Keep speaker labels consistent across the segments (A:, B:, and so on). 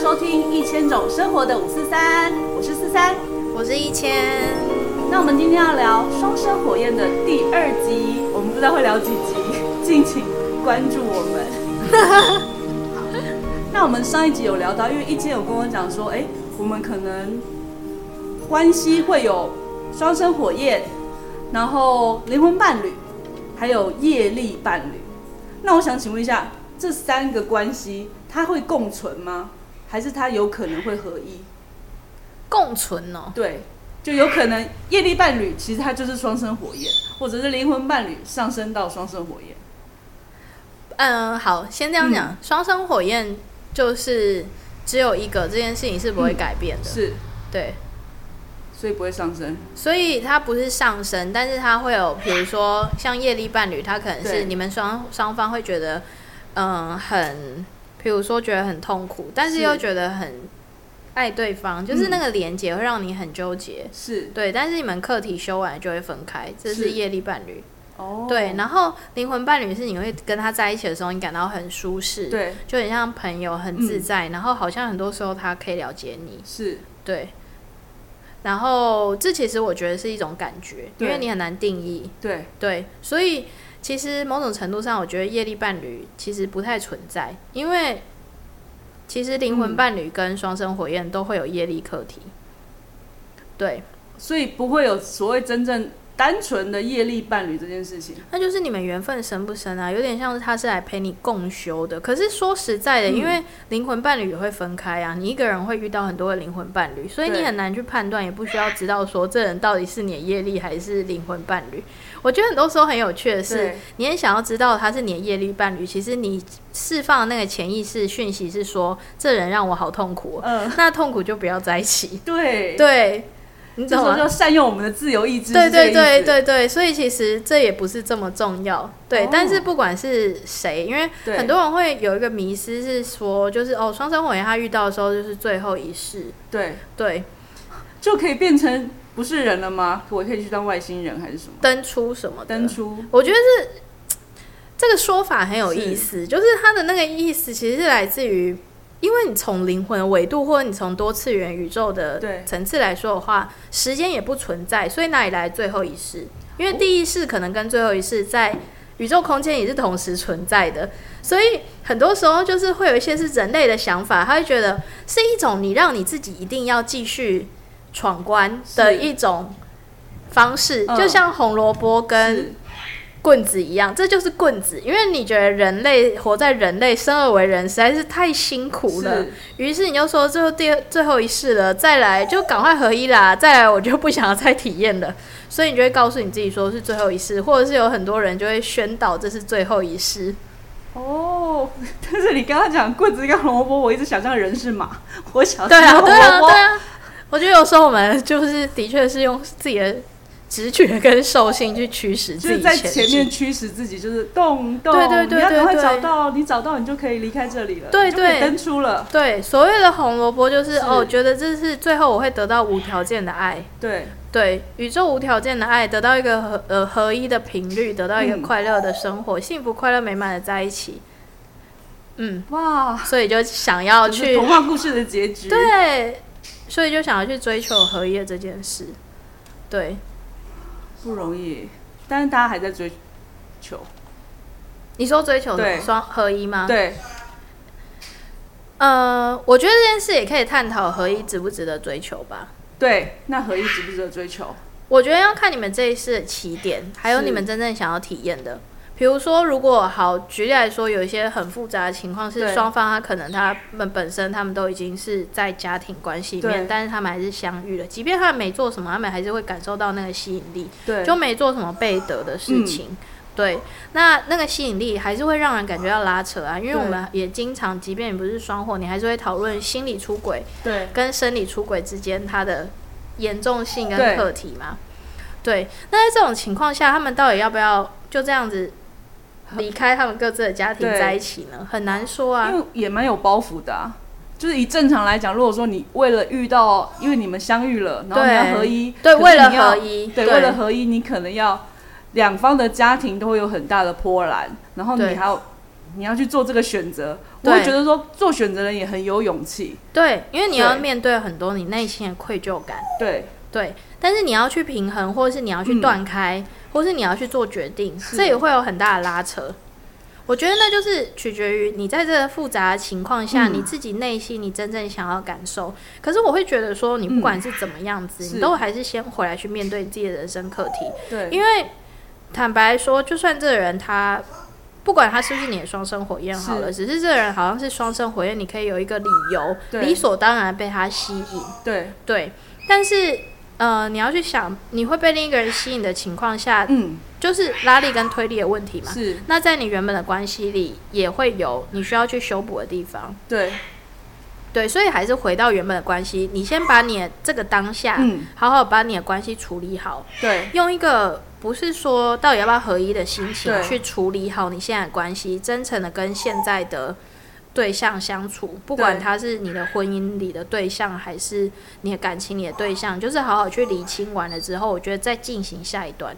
A: 收听《一千种生活的五四三》，我是四三。
B: 我是一千，
A: 那我们今天要聊《双生火焰》的第二集，我们不知道会聊几集，敬请关注我们。 那我们上一集有聊到，因为一千有跟我讲说，哎、我们可能关系会有双生火焰，然后灵魂伴侣，还有业力伴侣。那我想请问一下，这三个关系它会共存吗？还是它有可能会合一？
B: 共存哦，
A: 对，就有可能业力伴侣其实它就是双生火焰，或者是灵魂伴侣上升到双生火焰。
B: 嗯，好，先这样讲，双、生火焰就是只有一个，这件事情是不会改变的，
A: 是，
B: 对，
A: 所以不会上升。
B: 所以它不是上升，但是它会有，比如说像业力伴侣，它可能
A: 对
B: 是你们双双方会觉得，嗯，很，比如说觉得很痛苦，但是
A: 是
B: 又觉得很爱对方，就是
A: 嗯
B: 那个连结会让你很纠结，
A: 是，
B: 对，但是你们课题修完就会分开，这
A: 是
B: 是业力伴侣，
A: 哦，
B: 对，然后灵魂伴侣是你会跟他在一起的时候，你感到很舒适，
A: 对，嗯
B: 就很像朋友，很自在，然后好像很多时候他可以了解你，
A: 是，
B: 对。然后这其实我觉得是一种感觉，因
A: 对
B: 为你很难定义，
A: 对，
B: 对，所以其实某种程度上，我觉得业力伴侣其实不太存在，因为其实灵魂
A: 嗯
B: 伴侣跟双生火焰都会有业力课题，对，
A: 所以不会有所谓真正单纯的业力伴侣这件事情。
B: 那就是你们缘分深不深啊？有点像是他是来陪你共修的。可是说实在
A: 嗯
B: 的，因为灵魂伴侣也会分开啊，你一个人会遇到很多的灵魂伴侣，所以
A: 对
B: 你很难去判断，也不需要知道说这人到底是你的业力还是灵魂伴侣。我觉得很多时候很有趣的是，
A: 对，
B: 你很想要知道他是你的业力伴侣，其实你释放的那个潜意识讯息是说，这人让我好痛苦哦，
A: 嗯、
B: 那痛苦就不要在一起。
A: 对，，
B: 对，你
A: 这
B: 懂
A: 时候
B: 吗
A: 就？要善用我们的自由意志。
B: 对
A: 是这个
B: 对
A: 意
B: 对
A: 思
B: 对对，所以其实这也不是这么重要，对。
A: 哦
B: 但是不管是谁，因为
A: 对，
B: 很多人会有一个迷失，是说就是哦，双生火焰他遇到的时候就是最后一世，
A: 对
B: 对，
A: 就可以变成不是人了吗？我可以去当外星人还是什么？
B: 登出什么的。
A: 登出
B: 我觉得是这个说法很有意思，就是它的那个意思其实是来自于，因为你从灵魂的维度，或者你从多次元宇宙的
A: 对
B: 层次来说的话，时间也不存在，所以哪里来最后一世？因为第一世可能跟最后一世在宇宙空间也是同时存在的，所以很多时候就是会有一些是人类的想法，他会觉得是一种你让你自己一定要继续闯关的
A: 是
B: 一种方式，
A: 嗯
B: 就像红萝卜跟
A: 是
B: 棍子一样，这就是棍子。因为你觉得人类活在人类生而为人实在是太辛苦了，
A: 是
B: 于是你就说最后第二最后一世了，再来就赶快合一啦，再来我就不想要再体验了。 所以你就会告诉你自己说是最后一世，或者是有很多人就会宣导这是最后 一世。
A: 哦， 但是你刚刚讲棍子跟红萝卜，我一直想象人是马， 我想
B: 对啊，
A: 象
B: 对
A: 红
B: 啊，
A: 萝
B: 对
A: 卜
B: 啊。我觉得有时候我们就是的确是用自己的直觉跟兽性去驱使
A: 就
B: 自
A: 是
B: 己
A: 在
B: 前
A: 前
B: 进
A: 面驱使自己，就是动动，
B: 对对对
A: 你要赶快
B: 对对
A: 找到，你找到你就可以离开这里了，
B: 对
A: 你就可以
B: 对
A: 登出了，
B: 对，所谓的红萝卜就是
A: 是
B: 哦，觉得这是最后我会得到无条件的爱，
A: 对
B: 对宇宙无条件的爱，得到一个合呃合一的频率，得到一个
A: 嗯
B: 快乐的生活，幸福快乐美满的在一起。嗯，
A: 哇，
B: 所以就想要
A: 就是
B: 去
A: 童话故事的结局，
B: 对，啊所以就想要去追求合一的这件事。对，
A: 不容易，但是大家还在追求，
B: 你说追求
A: 对
B: 双合一吗？
A: 对，
B: 呃，我觉得这件事也可以探讨合一值不值得追求吧。
A: 对，那合一值不值得追求？
B: 我觉得要看你们这一次的起点，还有
A: 是
B: 你们真正想要体验的。比如说，如果好举例来说，有一些很复杂的情况是
A: 对
B: 双方他可能他们本身他们都已经是在家庭关系里
A: 对
B: 面，但是他们还是相遇了，即便他们没做什么，他们还是会感受到那个吸引力，
A: 对，嗯
B: 就没做什么被得的事情。对，那那个吸引力还是会让人感觉到拉扯啊，因为
A: 对
B: 我们也经常，即便你不是双火，你还是会讨论心理出轨，
A: 对
B: 跟生理出轨之间它的严重性
A: 对
B: 跟课题嘛。对，那在这种情况下，他们到底要不要就这样子离开他们各自的家庭
A: 对
B: 在一起呢？很难说啊。
A: 因为也蛮有包袱的、啊。就是以正常来讲，如果说你为了遇到，因为你们相遇了，然后你
B: 对
A: 要合一，
B: 对，
A: 可是
B: 为了
A: 你要
B: 合一，
A: 对，为了合一，你可能要两方的家庭都会有很大的波澜，然后你
B: 对
A: 还有你要去做这个选择，我会
B: 对
A: 觉得说做选择的人也很有勇气。
B: 对，因为你要
A: 对
B: 面对很多你内心的愧疚感，
A: 对，
B: 对，但是你要去平衡，或是你要去
A: 嗯
B: 断开，或是你要去做决定，
A: 是
B: 这也会有很大的拉扯。我觉得那就是取决于你在这个复杂的情况下，
A: 嗯
B: 你自己内心你真正想要感受。可是我会觉得说，你不管是怎么样子，
A: 嗯是
B: 你都还是先回来去面对自己的人生课题，
A: 对，
B: 因为坦白说，就算这个人他不管他是不是你的双生火焰好了，只是这个人好像是双生火焰，你可以有一个理由，
A: 对
B: 理所当然被他吸引。
A: 对，
B: 对，但是呃，你要去想，你会被另一个人吸引的情况下，
A: 嗯，
B: 就是拉力跟推力的问题嘛。
A: 是
B: 那在你原本的关系里，也会有你需要去修补的地方。
A: 对，
B: 对，所以还是回到原本的关系，你先把你的这个当下，
A: 嗯，
B: 好好把你的关系处理好，
A: 对，
B: 用一个不是说到底要不要合一的心情
A: 对
B: 去处理好你现在的关系，真诚的跟现在的对象相处，不管
A: 对
B: 他是你的婚姻里的对象，还是你的感情里的对象，就是好好去理清完了之后，我觉得再进行下一段。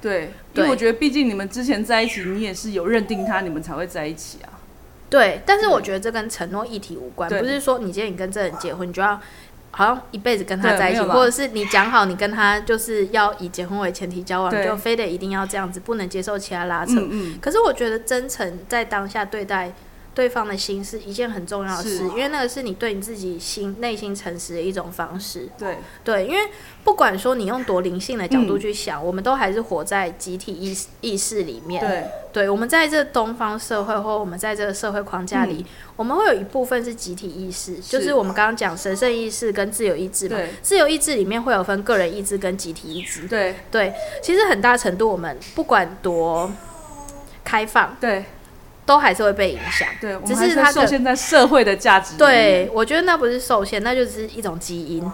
A: 对，因
B: 对
A: 为我觉得毕竟你们之前在一起，你也是有认定他，你们才会在一起啊。
B: 对，但是我觉得这跟承诺议题无关，
A: 对
B: 不是说你今天你跟这人结婚，你就要。好像一辈子跟他
A: 对
B: 在一起，
A: 没有吧
B: 或者是你讲好你跟他就是要以结婚为前提交往，
A: 对
B: 就非得一定要这样子，不能接受其他拉扯。
A: 嗯嗯，
B: 可是我觉得真诚在当下对待对方的心是一件很重要的事，
A: 是啊
B: 因为那个是你对你自己心内心诚实的一种方式。
A: 对，
B: 对，因为不管说你用多灵性的角度去想，我们都还是活在集体意识意识里面。
A: 对，
B: 对我们在这东方社会或我们在这个社会框架里，我们会有一部分是集体意识，就
A: 嗯
B: 是
A: 是
B: 我们刚刚讲神圣意识跟自由意志嘛
A: 对。
B: 自由意志里面会有分个人意志跟集体意志。
A: 对，
B: 对，其实很大程度我们不管多开放，
A: 对，
B: 都还是会被影响。
A: 对，我
B: 只
A: 们还
B: 是
A: 是
B: 他
A: 受
B: 的
A: 限在社会的价值里面，
B: 对，我觉得那不是受限，那就只是一种基
A: 嗯
B: 因。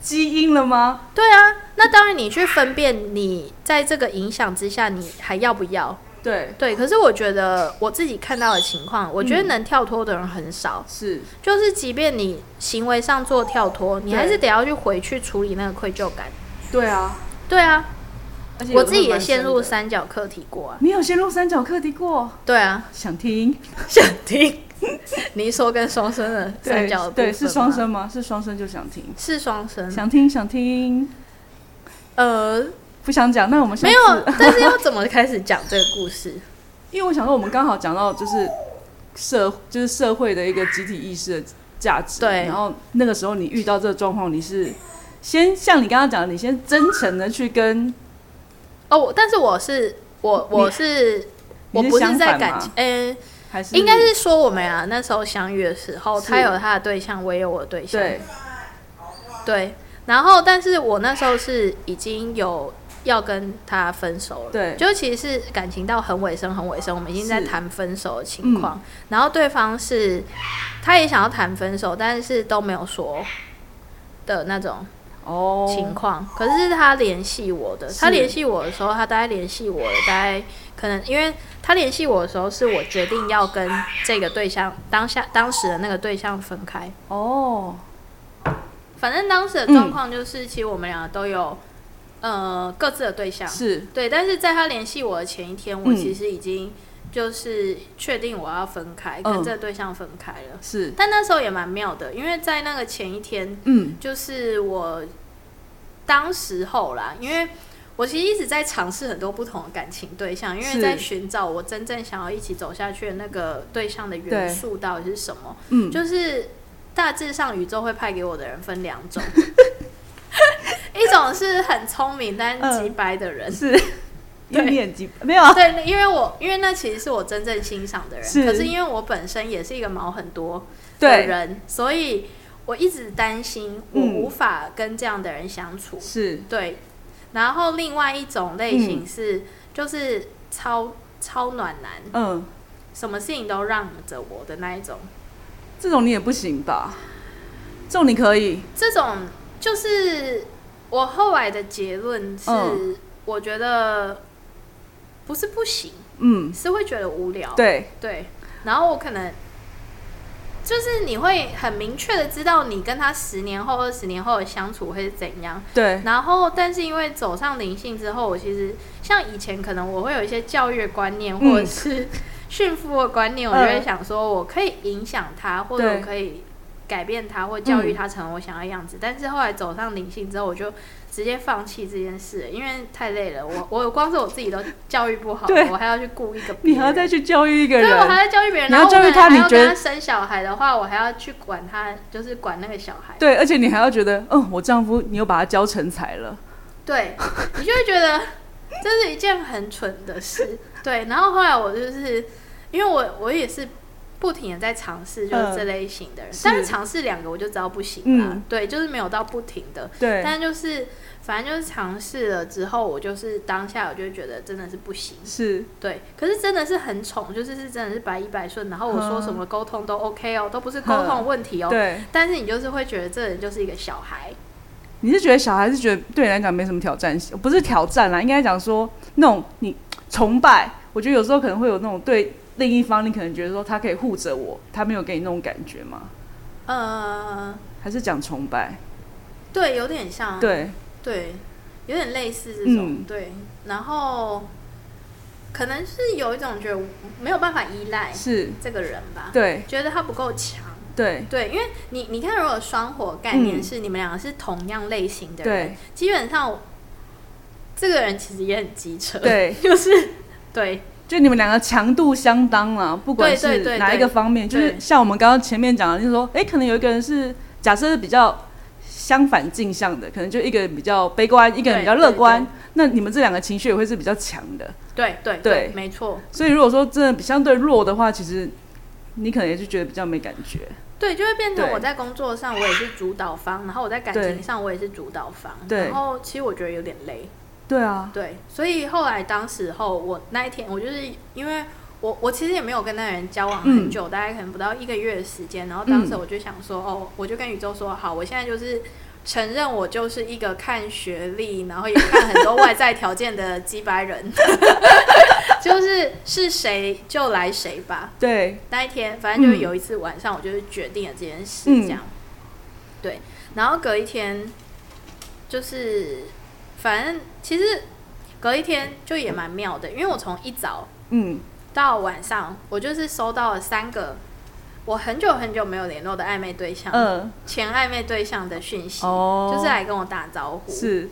A: 基因了吗？
B: 对啊，那当然你去分辨，你在这个影响之下，你还要不要？
A: 对，
B: 对，可是我觉得我自己看到的情况，我觉得
A: 嗯
B: 能跳脱的人很少。
A: 是，
B: 就是即便你行为上做跳脱，你
A: 对
B: 还是得要去回去处理那个愧疚感。
A: 对啊，
B: 对啊，
A: 而且有
B: 我
A: 时候
B: 自己也
A: 蛮
B: 陷入
A: 深的，
B: 三角课题过啊。
A: 你有陷入三角课题过？
B: 对啊，
A: 想听？
B: 想听 你说跟双生的三角的
A: 对，
B: 部
A: 是
B: 分
A: 双
B: 吗，
A: 生吗？是双生就想听，
B: 是双生。
A: 想听想听，
B: 呃，
A: 不想讲，那我们下
B: 没
A: 次
B: 有，但是要怎么开始讲这个故事？
A: 因为我想说，我们刚好讲到就是社，就是社会的一个集体意识的价值。
B: 对
A: 然后那个时候你遇到这个状况，你是先像你刚刚讲的，你先真诚的去跟
B: 哦，我但是我是我我是我
A: 你
B: 不是
A: 相
B: 在
A: 反
B: 感
A: 吗
B: 情，嗯，
A: 还是
B: 应该是说我们啊那时候相遇的时候，
A: 是
B: 他有他的对象，我也有我的对象，
A: 对
B: 对然后，但是我那时候是已经有要跟他分手了，
A: 对
B: 就其实是感情到很尾声，很尾声，我们已经在
A: 是
B: 谈分手的情况，然后对方是他也想要谈分手，但是都没有说的那种。情
A: 哦，
B: 况，可是是他联系我的，
A: 是
B: 他联系我的时候，他大概联系我了，大概可能因为他联系我的时候，是我决定要跟这个对象当下当时的那个对象分开。
A: 哦，
B: 反正当时的状况就是，其实我们两个都有呃各自的对象，
A: 是
B: 对，但是在他联系我的前一天，我
A: 嗯
B: 其实已经就是确定我要分开，跟
A: 嗯
B: 这个对象分开了。
A: 是，
B: 但那时候也蛮妙的，因为在那个前一天，
A: 嗯，
B: 就是我当时候啦，因为我其实一直在尝试很多不同的感情对象，因为
A: 是
B: 在寻找我真正想要一起走下去的那个对象的元
A: 对
B: 素到底是什么。
A: 嗯
B: 就是大致上宇宙会派给我的人分两 种，一种是很聪明但
A: 嗯
B: 是鸡掰的人。
A: 是，因为你很急， 没有啊，
B: 对，因为我因为那其实是我真正欣赏的人，
A: 是
B: 可是因为我本身也是一个毛很多，的
A: 对，
B: 人，所以我一直担心我
A: 嗯
B: 无法跟这样的人相处。
A: 是，
B: 对，然后另外一种类型是、就是超超暖男，
A: 嗯，
B: 什么事情都让着我的那一种。
A: 这种你也不行吧？这种你可以，
B: 这种就是我后来的结论是，
A: 嗯
B: 我觉得不是不行，
A: 嗯，
B: 是会觉得无聊。
A: 对，
B: 对，然后我可能就是你会很明确的知道你跟他十年后、二十年后的相处会是怎样。
A: 对，
B: 然后，但是因为走上灵性之后，我其实像以前可能我会有一些教育观念，或者
A: 嗯
B: 是。 驯服我、管理我，
A: 嗯
B: 我就会想说，我可以影响他，或者
A: 对嗯
B: 我可以改变他，或教育他成为我想要的样子。但是后来走上灵性之后，我就直接放弃这件事，因为太累了。我我光是我自己都教育不好，
A: 对
B: 我还要去顾一个
A: 你
B: 别人
A: 还要再去教育一个
B: 对，我还
A: 人，
B: 要教育别人，
A: 你要
B: 然后
A: 教育
B: 我
A: 他
B: 还
A: 你
B: 要
A: 觉
B: 跟
A: 得
B: 他生小孩的话，我还要去管他，就是管那个小孩。
A: 对，而且你还要觉得，嗯，我丈夫你又把他教成才了，
B: 对，你就会觉得这是一件很蠢的 事。对，然后后来我就是因为我我也是不停的在尝试，就是这类型的人，
A: 嗯是
B: 但是尝试两个我就知道不行啦。
A: 嗯
B: 对，就是没有到不停的，
A: 对，
B: 但就是反正就是尝试了之后，我就是当下我就觉得真的是不行。
A: 是
B: 对，可是真的是很宠，就是是真的是百依百顺，然后我说什么沟通都 OK 哦，都不是沟通的问题哦。
A: 嗯对，
B: 但是你就是会觉得这人就是一个小孩，
A: 你是觉得小孩是觉得对你来讲没什么挑战性，不是挑战啦，应该讲说那种你崇拜，我觉得有时候可能会有那种对另一方，你可能觉得说他可以护着我，他没有给你那种感觉吗？
B: 呃，
A: 还是讲崇拜？
B: 对，有点像，
A: 对，
B: 对，有点类似这种，
A: 嗯
B: 对，然后可能是有一种觉得没有办法依赖
A: 是，
B: 这个人吧，
A: 对
B: 觉得他不够强。
A: 对
B: 对，因为你你看，如果双火概念
A: 嗯
B: 是你们两个是同样类型的人，
A: 对
B: 基本上我这个人其实也很机车，，
A: 对，
B: 就是对
A: 就你们两个强度相当啦，不管
B: 对对
A: 是
B: 对
A: 哪一
B: 对
A: 个方面，就是
B: 对
A: 像我们刚刚前面讲的，就是说，哎、可能有一个人是假设是比较相反镜像的，可能就一个人比较悲观，一个人
B: 对
A: 比较乐
B: 对
A: 观，那你们这两个情绪也会是比较强的。
B: 对对
A: 对
B: 没错，
A: 所以如果说真的比相对弱的话，其实你可能也就觉得比较没感觉。
B: 对，就会变成
A: 对
B: 我在工作上我也是主导方，然后我在感
A: 对
B: 情上我也是主导方，
A: 对
B: 然后其实我觉得有点累，
A: 对啊，
B: 对，所以后来当时候我那一天，我就是因为我我其实也没有跟那个人交往很久，大概可能不到一个月的时间。然后当时我就想说，哦，我就跟宇宙说，好，我现在就是承认我就是一个看学历，然后也看很多外在条件的鸡白人， 就是是谁就来谁吧。
A: 对，
B: 那一天，反正就是有一次晚上，我就是决定了这件事，
A: 嗯
B: 这样。对，然后隔一天，就是反正其实隔一天就也蛮妙的，因为我从一早
A: 嗯，
B: 到晚上，我就是收到了三个我很久很久没有联络的暧昧对象，
A: 呃，
B: 前暧昧对象的讯息，
A: 哦，
B: 就是来跟我打招呼，
A: 是，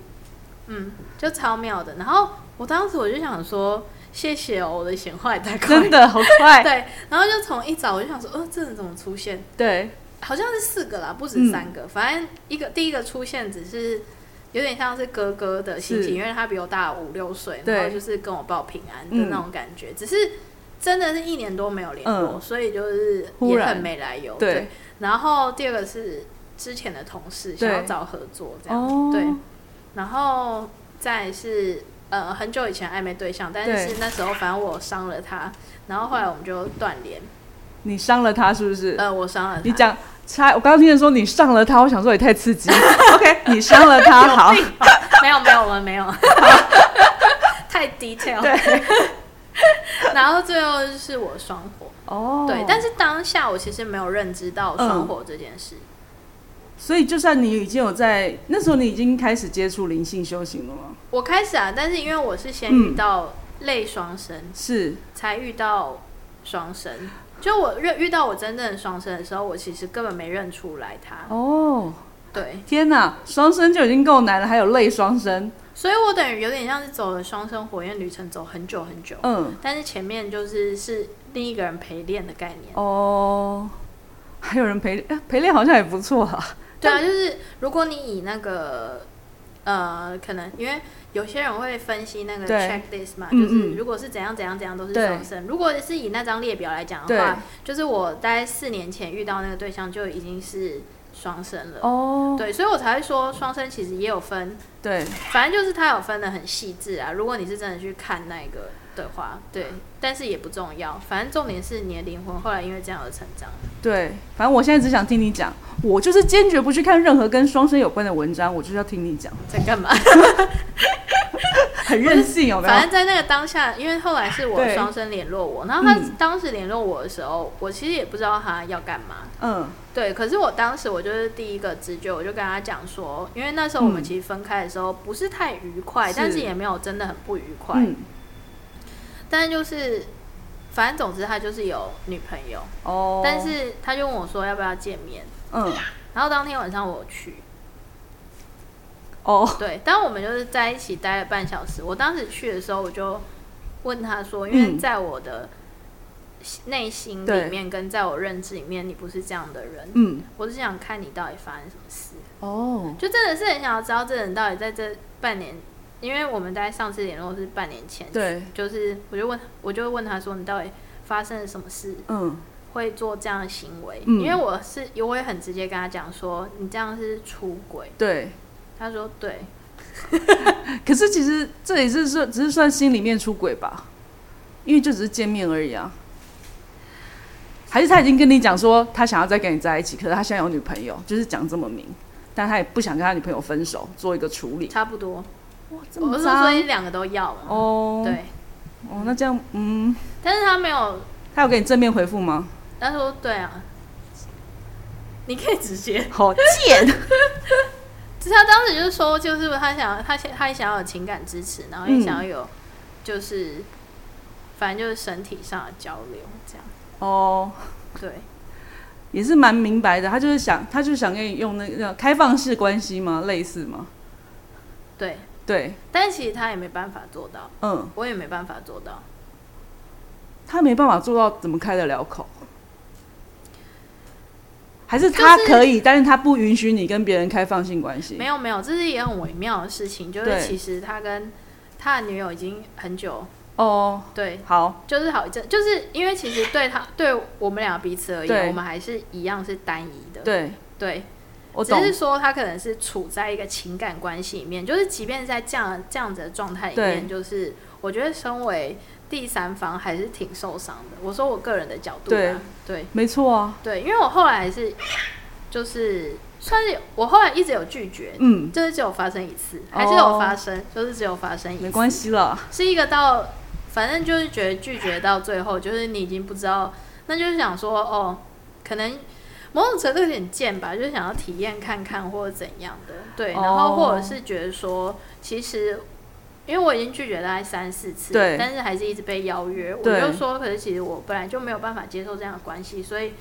B: 嗯，就超妙的。然后我当时我就想说，谢谢哦，我的显化也太快了
A: 真的好快，
B: 对，然后就从一早我就想说，呃，这人怎么出现？
A: 对，
B: 好像是四个啦，不止三
A: 嗯
B: 个。反正一个第一个出现只是有点像是哥哥的心
A: 是
B: 情，因为他比我大五六岁，
A: 对
B: 然后就是跟我报平安的那种感觉。只是真的是一年多没有联络，
A: 嗯
B: 所以就是
A: 忽
B: 也
A: 然
B: 很没来由。
A: 对，
B: 然后第二个是之前的同事
A: 对
B: 想要找合作这
A: 哦
B: 样，对。然后再是呃很久以前暧昧对象，但
A: 对
B: 是是那时候反正我伤了他，然后后来我们就断联。
A: 你伤了他是不是？
B: 呃，我伤了他。
A: 你讲差，我刚刚听人说你上了他，我想说也太刺激。OK，你 上了他，好，
B: 没有没有，我们没有，太 detail。
A: 对，
B: 然后最后就是我双火，
A: 哦，嗯
B: 对，但是当下我其实没有认知到双火这件事，
A: 所以就算你已经有在那时候，你已经开始接触灵性修行了吗？
B: 我开始啊，但是因为我是先
A: 嗯
B: 遇到类双生，
A: 是，
B: 才遇到双生。就我认遇到我真正的双生的时候，我其实根本没认出来他，
A: 哦，
B: 对，
A: 天哪，双生就已经够难了，还有类双生，
B: 所以我等于有点像是走了双生火焰旅程，走很久很久，
A: 嗯，
B: 但是前面就是是另一个人陪练的概念。
A: 哦，还有人陪哎陪练，好像也不错啊。
B: 对啊，就是如果你以那个呃，可能因为有些人会分析那个
A: 对
B: checklist 嘛，
A: 嗯
B: 就是
A: 嗯
B: 如果是怎样怎样怎样都是
A: 对
B: 双生。如果是以那张列表来讲的
A: 对
B: 话，就是我大概四年前遇到那个对象就已经是双生了。
A: 哦，
B: 对，所以我才会说双生其实也有分，
A: 对，
B: 反正就是它有分的很细致啊。如果你是真的去看那个的话，对，但是也不重要，反正重点是你的灵魂后来因为这样而成长。
A: 对，反正我现在只想听你讲，我就是坚决不去看任何跟双生有关的文章，我就是要听 你讲，
B: 在干嘛？
A: 很任性，哦有没
B: 反
A: 有？
B: 正在那个当下，因为后来是我
A: 对
B: 双生联络我，然后他
A: 嗯
B: 当时联络我的时候，我其实也不知道他要干嘛。
A: 嗯，
B: 对，可是我当时我就是第一个直觉，我就跟他讲说，因为那时候我们
A: 嗯
B: 其实分开的时候不是太愉快，
A: 是
B: 但是也没有真的很不愉快，
A: 嗯，
B: 但是就是反正总之他就是有女朋友，
A: 哦，
B: 但是他就问我说要不要见面，
A: 嗯，
B: 然后当天晚上我有去，
A: 哦，
B: 对，但我们就是在一起待了半小时。我当时去的时候，我就问他说，因为
A: 嗯
B: 在我的内心里
A: 对
B: 面跟在我认知里面，你不是这样的人，
A: 嗯，
B: 我是想看你到底发生什么事，
A: 哦，
B: 就真的是很想要知道这人到底在这半年，因为我们在上次联络是半年前，，
A: 对，
B: 就是我就问，我就问他说，你到底发生了什么事？
A: 嗯，
B: 会做这样的行为，
A: 嗯
B: 因为我是，我也很直接跟他讲说，你这样是出轨。
A: 对。
B: 他说对，
A: 可是其实这也是算只是算心里面出轨吧，因为就只是见面而已啊。还是他已经跟你讲说他想要再跟你在一起，可是他现在有女朋友，就是讲这么明，但他也不想跟他女朋友分手，做一个处理。
B: 差不多。
A: 哇，这
B: 我
A: 么
B: 是说，所
A: 渣
B: 以两个都要嘛。
A: 哦，，
B: 对，
A: 哦，那这样，嗯，
B: 但是他没有，
A: 他有给你正面回复吗？
B: 他说对啊，你可以直接。
A: 好贱，
B: 就是他当时就是说，就是他想他想他想要有情感支持，然后也
A: 嗯
B: 想要有，就是、反正就是身体上的交流这样。
A: 哦，
B: 对，
A: 也是蛮明白的，他就是想，他就是想跟你用那个开放式关系吗？类似吗？
B: 对，
A: 对，
B: 但其实他也没办法做到，
A: 嗯，
B: 我也没办法做到。
A: 他没办法做到怎么开得了口，还是
B: 就是
A: 他可以，但是他不允许你跟别人开放性关系
B: 没。有没有，这是一个很微妙的事情，就是
A: 对
B: 其实他跟他的女友已经很久，
A: 哦，
B: 对，
A: 好，
B: 就是好一阵，就是因为其实对他对我们俩彼此而言，
A: 对
B: 我们还是一样是单一的，
A: 对
B: 对
A: 我
B: 只
A: 懂，
B: 是说他可能是处在一个情感关系里面，就是即便是在这样这样子的状态里面，
A: 对
B: 就是我觉得身为第三方还是挺受伤的。我说我个人的角度
A: 对
B: 啦，对
A: 没错啊，
B: 对，因为我后来还是就是算是我后来一直有拒绝。
A: 嗯，
B: 就是只有发生一次，
A: 哦
B: 还是有发生就是只有发生一次，
A: 没关系啦，
B: 是一个到，反正就是觉得拒绝到最后，就是你已经不知道，那就是想说哦，可能某种程度有点贱吧，就是想要体验看看或者怎样的，对，
A: 哦
B: 然后或者是觉得说，其实因为我已经拒绝大概三四次，
A: 对
B: 但是还是一直被邀约，我
A: 对
B: 就说，可是其实我本来就没有办法接受这样的关系，所以。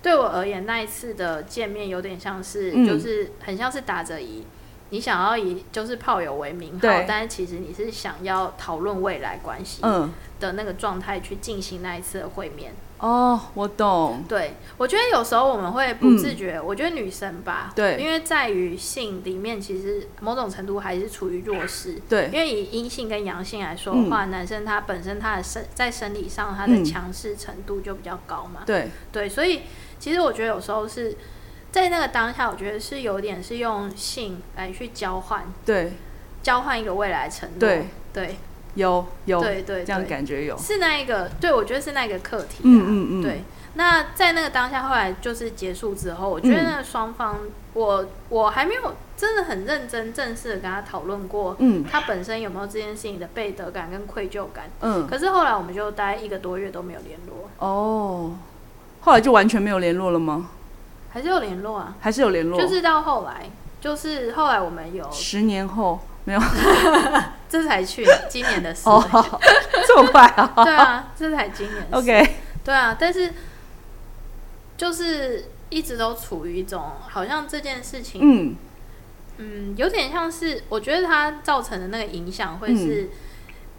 B: 对我而言，那一次的见面有点像是，
A: 嗯
B: 就是很像是打着以你想要以就是炮友为名号
A: 对，
B: 但是其实你是想要讨论未来关系
A: 嗯，
B: 的那个状态去进行那一次的会面。
A: 哦，我懂，
B: 对我觉得有时候我们会不自觉，我觉得女生吧，
A: 嗯对
B: 因为在于性里面，其实某种程度还是处于弱势。
A: 对，
B: 因为以阴性跟阳性来说的话，男生他本身他的身在生理上他的
A: 嗯
B: 强势程度就比较高嘛，
A: 对，
B: 对，所以其实我觉得有时候是在那个当下，我觉得是有点是用性来去交换，
A: 对，
B: 交换一个未来承诺。
A: 对
B: 对
A: 有有，
B: 对对，
A: 这样
B: 对
A: 感觉有，
B: 是那一个，对我觉得是那一个课题、啊。
A: 嗯嗯嗯，
B: 对，那在那个当下，后来就是结束之后，我觉得
A: 嗯
B: 那个双方，我我还没有真的很认真正式的跟他讨论过，
A: 嗯
B: 他本身有没有这件事情的背德感跟愧疚感。
A: 嗯，
B: 可是后来我们就待一个多月都没有联络，
A: 哦，后来就完全没有联络了吗？
B: 还是有联络啊，
A: 还是有联络？
B: 就是到后来，就是后来我们有，
A: 十年后没有
B: 这才去今年的事，
A: 哦， 好这么快啊
B: 对啊，这才今年的事
A: ？OK，
B: 对啊，但是就是一直都处于一种好像这件事情，
A: 嗯，
B: 嗯有点像是我觉得它造成的那个影响会是。
A: 嗯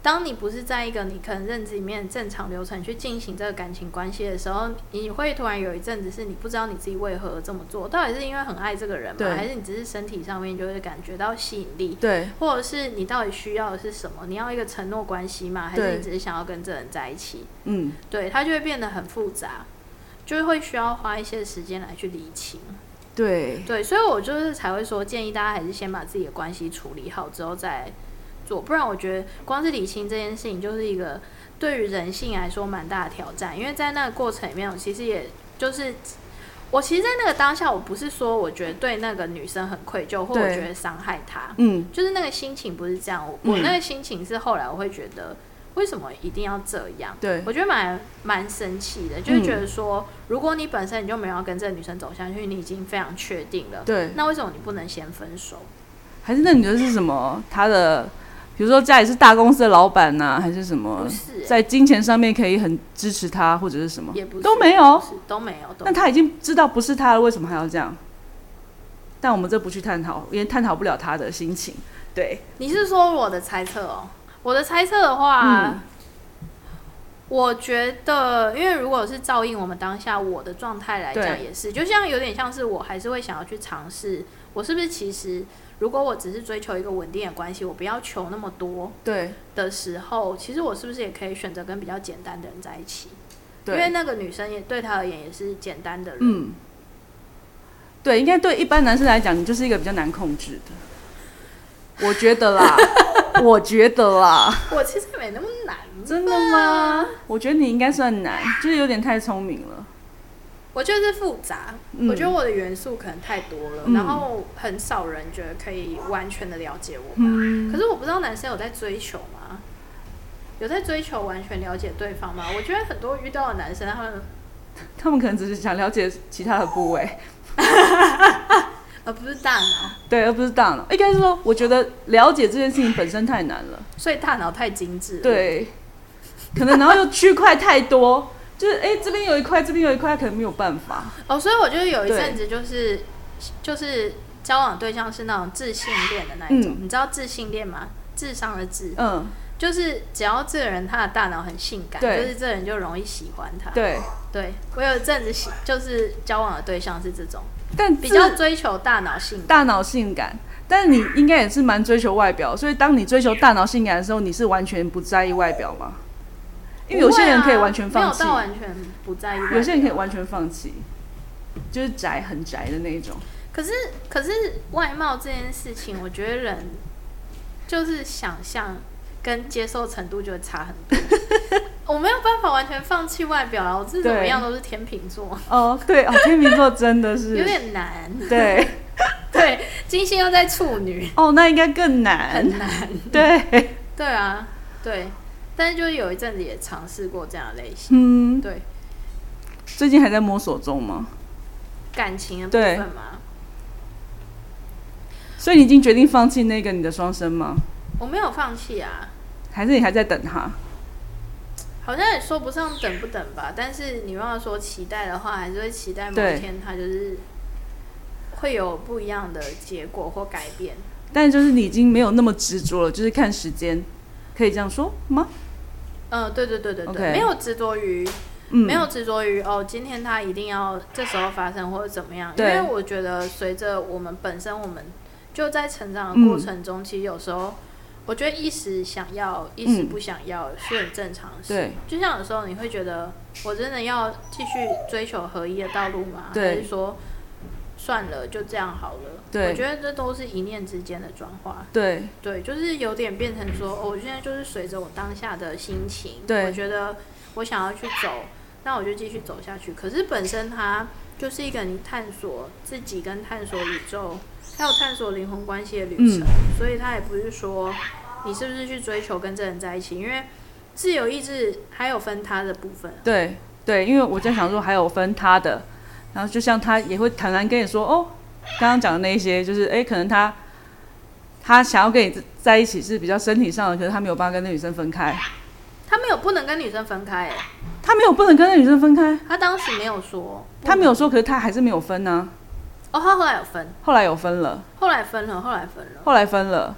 B: 当你不是在一个你可能认知里面正常流程去进行这个感情关系的时候，你会突然有一阵子是你不知道你自己为何而这么做，到底是因为很爱这个人吗？
A: 对
B: 还是你只是身体上面就会感觉到吸引力，
A: 对，
B: 或者是你到底需要的是什么？你要一个承诺关系吗？还是
A: 对
B: 你只是想要跟这人在一起？
A: 嗯，
B: 对，它就会变得很复杂，就会需要花一些时间来去理清。
A: 对，
B: 对，所以我就是才会说，建议大家还是先把自己的关系处理好之后再做，不然我觉得光是理清这件事情就是一个对于人性来说蛮大的挑战，因为在那个过程里面，我其实也就是。我其实，在那个当下，我不是说我觉得对那个女生很愧疚，或我
A: 对
B: 觉得伤害她，
A: 嗯，
B: 就是那个心情不是这样。我我那个心情是后来我会觉得，为什么一定要这样？
A: 对，
B: 我觉得蛮蛮生气的，就是
A: 嗯
B: 觉得说，如果你本身你就没有要跟这个女生走下去，你已经非常确定了，
A: 对，
B: 那为什么你不能先分手？
A: 还是那你觉得是什么？他的比如说家里是大公司的老板呐、还是什么
B: 不，是、
A: 啊
B: 欸
A: 在金钱上面可以很支持他，或者是什么，
B: 也不是
A: 都没有
B: 不。是都没有，都
A: 那他已经知道不是他了，为什么还要这样？但我们这不去探讨，因为探讨不了他的心情。对，
B: 你是说我的猜测哦？我的猜测的话，
A: 嗯
B: 我觉得，因为如果是照应我们当下我的状态来讲，
A: 对
B: 也是，就像有点像是我还是会想要去尝试，我是不是其实如果我只是追求一个稳定的关系，我不要求那么多
A: 对，
B: 的时候，其实我是不是也可以选择跟比较简单的人在一起？因为
A: 对，
B: 那个女生也对她而言也是简单的人，
A: 嗯，对，应该对一般男生来讲，你就是一个比较难控制的。我觉得 啦，我觉得啦，
B: 我其实也没那么难。
A: 真的
B: 啊
A: 吗？我觉得你应该算难，就是有点太聪明了。
B: 我觉得是复杂，
A: 嗯
B: 我觉得我的元素可能太多了，
A: 嗯
B: 然后很少人觉得可以完全的了解我。
A: 嗯
B: 可是我不知道男生有在追求吗？有在追求完全了解对方吗？我觉得很多遇到的男生，他们
A: 他们可能只是想了解其他的部位，
B: 而呃不是大脑，
A: 对，而不是大脑。应该是说，我觉得了解这件事情本身太难了。
B: 所以大脑太精致了。，
A: 对，可能然后又区块太多，就是哎、诶这边有一块，这边有一块，可能没有办法。
B: 哦，所以我就是有一阵子就是就是交往对象是那种自信恋的那一种，
A: 嗯
B: 你知道自信恋吗？智商的智，
A: 嗯，
B: 就是只要这个人他的大脑很性感，
A: 对
B: 就是这个人就容易喜欢他。
A: 对，
B: 对我有一阵子喜就是交往的对象是这种
A: 但
B: 比
A: 这
B: 较追求大脑性的，
A: 大脑性感。但你应该也是蛮追求外表，所以当你追求大脑性感的时候，你是完全不在意外表吗？因为有些人可以完全放弃
B: 不会，啊没有到完全不在意外表。
A: 有些人可以完全放弃，就是宅很宅的那一种。
B: 可是可是外貌这件事情，我觉得人就是想象跟接受程度就会差很多。 我没有办法完全放弃外表啊，我是怎么
A: 对
B: 样都是天秤座，
A: 哦，对哦，天秤座真的
B: 有
A: 是
B: 点难。
A: 对
B: 对，金星又在处女，
A: 哦，那应该更难
B: 很，难。
A: 对，
B: 对啊，对，但是就是有一阵子也尝试过这样的类型。
A: 嗯，
B: 对，
A: 最近还在摸索中吗？
B: 感情的部
A: 对
B: 分嘛，
A: 所以你已经决定放弃那个你的双生吗？
B: 我没有放弃啊，
A: 还是你还在等他？
B: 好像也说不上等不等吧，但是你要说期待的话，还是会期待某一
A: 对
B: 天它就是会有不一样的结果或改变。
A: 但就是你已经没有那么执着了，就是看时间，可以这样说吗？
B: 嗯，对对对对对
A: OK
B: 没有执着于，
A: 嗯，
B: 没有执着于哦，今天它一定要这时候发生或者怎么样，因
A: 对
B: 为我觉得随着我们本身我们就在成长的过程中，其实有时候。我觉得一时想要，一时
A: 嗯
B: 不想要是很正常的事。
A: 对
B: 就像有时候你会觉得，我真的要继续追求合一的道路吗？
A: 对
B: 还是说算了，就这样好了？
A: 对
B: 我觉得这都是一念之间的转化。
A: 对
B: 对，就是有点变成说，哦，我现在就是随着我当下的心情，
A: 对
B: 我觉得我想要去走，那我就继续走下去。可是本身它就是一个你探索自己跟探索宇宙，还有探索灵魂关系的旅
A: 嗯
B: 程，所以它也不是说你是不是去追求跟这人在一起，因为自由意志还有分他的部分。
A: 对对，因为我在想说还有分他的，然后就像他也会坦然跟你说，哦，刚刚讲的那一些，就是哎、诶可能他他想要跟你在一起是比较身体上的，可是他没有办法跟那女生分开，
B: 他没有不能跟女生分开、欸，
A: 他没有不能跟那女生分开，
B: 他当时没有说，不
A: 他没有说，可是他还是没有分呢、
B: 哦，他后来有分，
A: 后来有分了，
B: 后来分了，后来分了。
A: 后来分了，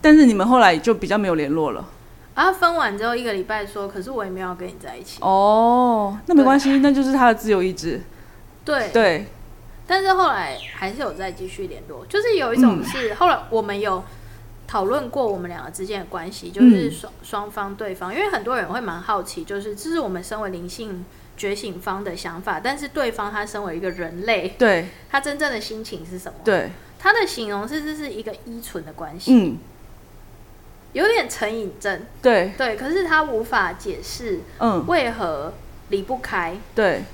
A: 但是你们后来就比较没有联络了。
B: 然后啊分完之后一个礼拜说，可是我也没有要跟你在一起。
A: 哦，那没关系，那就是他的自由意志。
B: 对，
A: 对，
B: 但是后来还是有再继续联络，就是有一
A: 嗯
B: 种是、后来我们有讨论过我们两个之间的关系，就是
A: 嗯
B: 双双方对方，因为很多人会蛮好奇，就是这是我们身为灵性觉醒方的想法，但是对方他身为一个人类，
A: 对，
B: 他真正的心情是什么？
A: 对，
B: 他的形容是这是一个依存的关系，
A: 嗯，
B: 有点成瘾症，
A: 对，
B: 对，可是他无法解释
A: 嗯，
B: 为何离不开。
A: 对，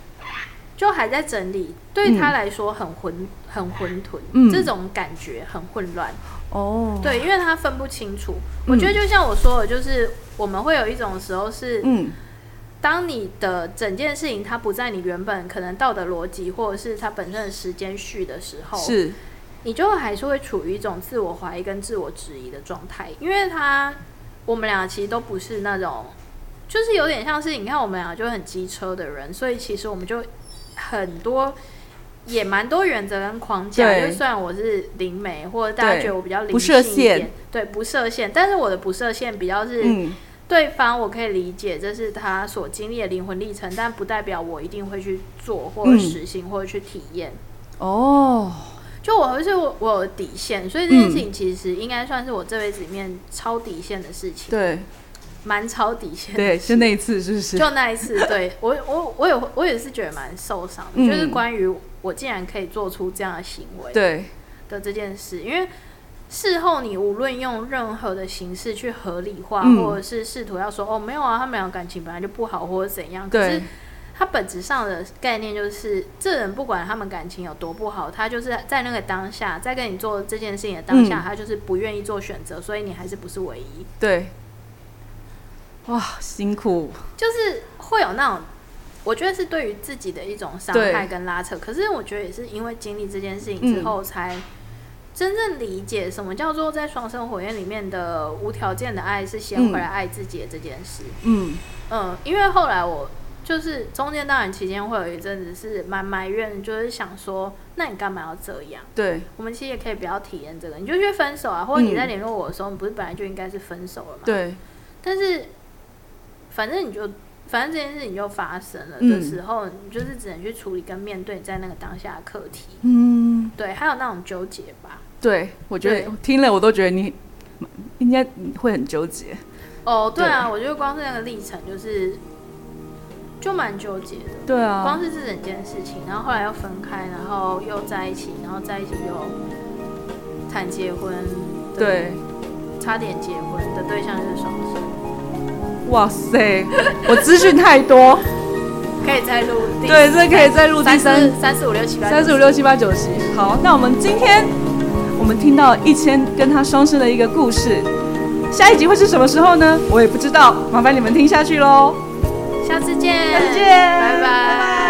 B: 就还在整理，对他来说很混、很混沌，
A: 嗯
B: 这种感觉很混乱。
A: 哦，，
B: 对，因为他分不清楚。
A: 嗯
B: 我觉得就像我说的，就是我们会有一种时候是，
A: 嗯，
B: 当你的整件事情它不在你原本可能道德逻辑或者是它本身的时间序的时候，
A: 是，
B: 你就还是会处于一种自我怀疑跟自我质疑的状态，因为他我们俩其实都不是那种，就是有点像是你看我们俩就很机车的人，所以其实我们就很多也蛮多原则跟框架。
A: 对
B: 就虽然我是灵媒，或者大家
A: 对
B: 觉得我比较灵
A: 不设
B: 性一点
A: 限，
B: 对不设限，但是我的不设限比较是。
A: 嗯，
B: 对方我可以理解，这是他所经历的灵魂历程，但不代表我一定会去做或者
A: 嗯
B: 实行或者去体验。
A: 哦，
B: 就我会是我我有底线，所以这件事
A: 嗯
B: 情其实应该算是我这辈子里面超底线的事情，
A: 对
B: 蛮超底线的
A: 对，
B: 事
A: 就那一次是不是？
B: 就那一次，对我我我有我也是觉得蛮受伤的，
A: 嗯
B: 就是关于我竟然可以做出这样的行为
A: 对，
B: 的这件事，因为。事后你无论用任何的形式去合理化，
A: 嗯
B: 或者是试图要说哦没有啊，他们俩感情本来就不好或者怎样，可是
A: 对，
B: 它本质上的概念就是，这人不管他们感情有多不好，他就是在那个当下，在跟你做这件事情的当下，
A: 嗯
B: 他就是不愿意做选择，所以你还是不是唯一，
A: 对，哇，辛苦，
B: 就是会有那种，我觉得是对于自己的一种伤
A: 对嗯
B: 害跟拉扯。可是我觉得也是因为经历这件事情之后，才真正理解什么叫做在双生火焰里面的无条件的爱是先回来爱自己的这件事。
A: 嗯，
B: 嗯，因为后来我就是中间当然期间会有一阵子是蛮埋怨，就是想说，那你干嘛要这样？
A: 对，
B: 我们其实也可以不要体验这个，你就去分手啊，或者你
A: 嗯
B: 在联络我的时候，你不是本来就应该是分手了吗？。
A: 对，
B: 但是反正你就，反正这件事情就发生了
A: 嗯
B: 的时候，你就是只能去处理跟面对你在那个当下的课题。
A: 嗯，
B: 对，还有那种纠结吧。
A: 对，我觉得
B: 对
A: 听了我都觉得你应该会很纠结，
B: 哦，对啊，我觉得光是那个历程就是就蛮纠结的。
A: 对
B: 光
A: 啊，
B: 是这整件事情，然后后来又分开，然后又在一起，然后在一起又谈结婚，
A: 对。
B: 差点结婚的对象就是双生，
A: 哇塞，我资讯太 多，
B: 可以再录第
A: 对，这可以再录第
B: 三
A: 三
B: 四三四五六七八
A: 三十五六七八九十。好，那我们今天我们听到一千跟他双生的一个故事，下一集会是什么时候呢？我也不知道，麻烦你们听下去喽。
B: 下次见，
A: 下次见，
B: 拜
A: 拜拜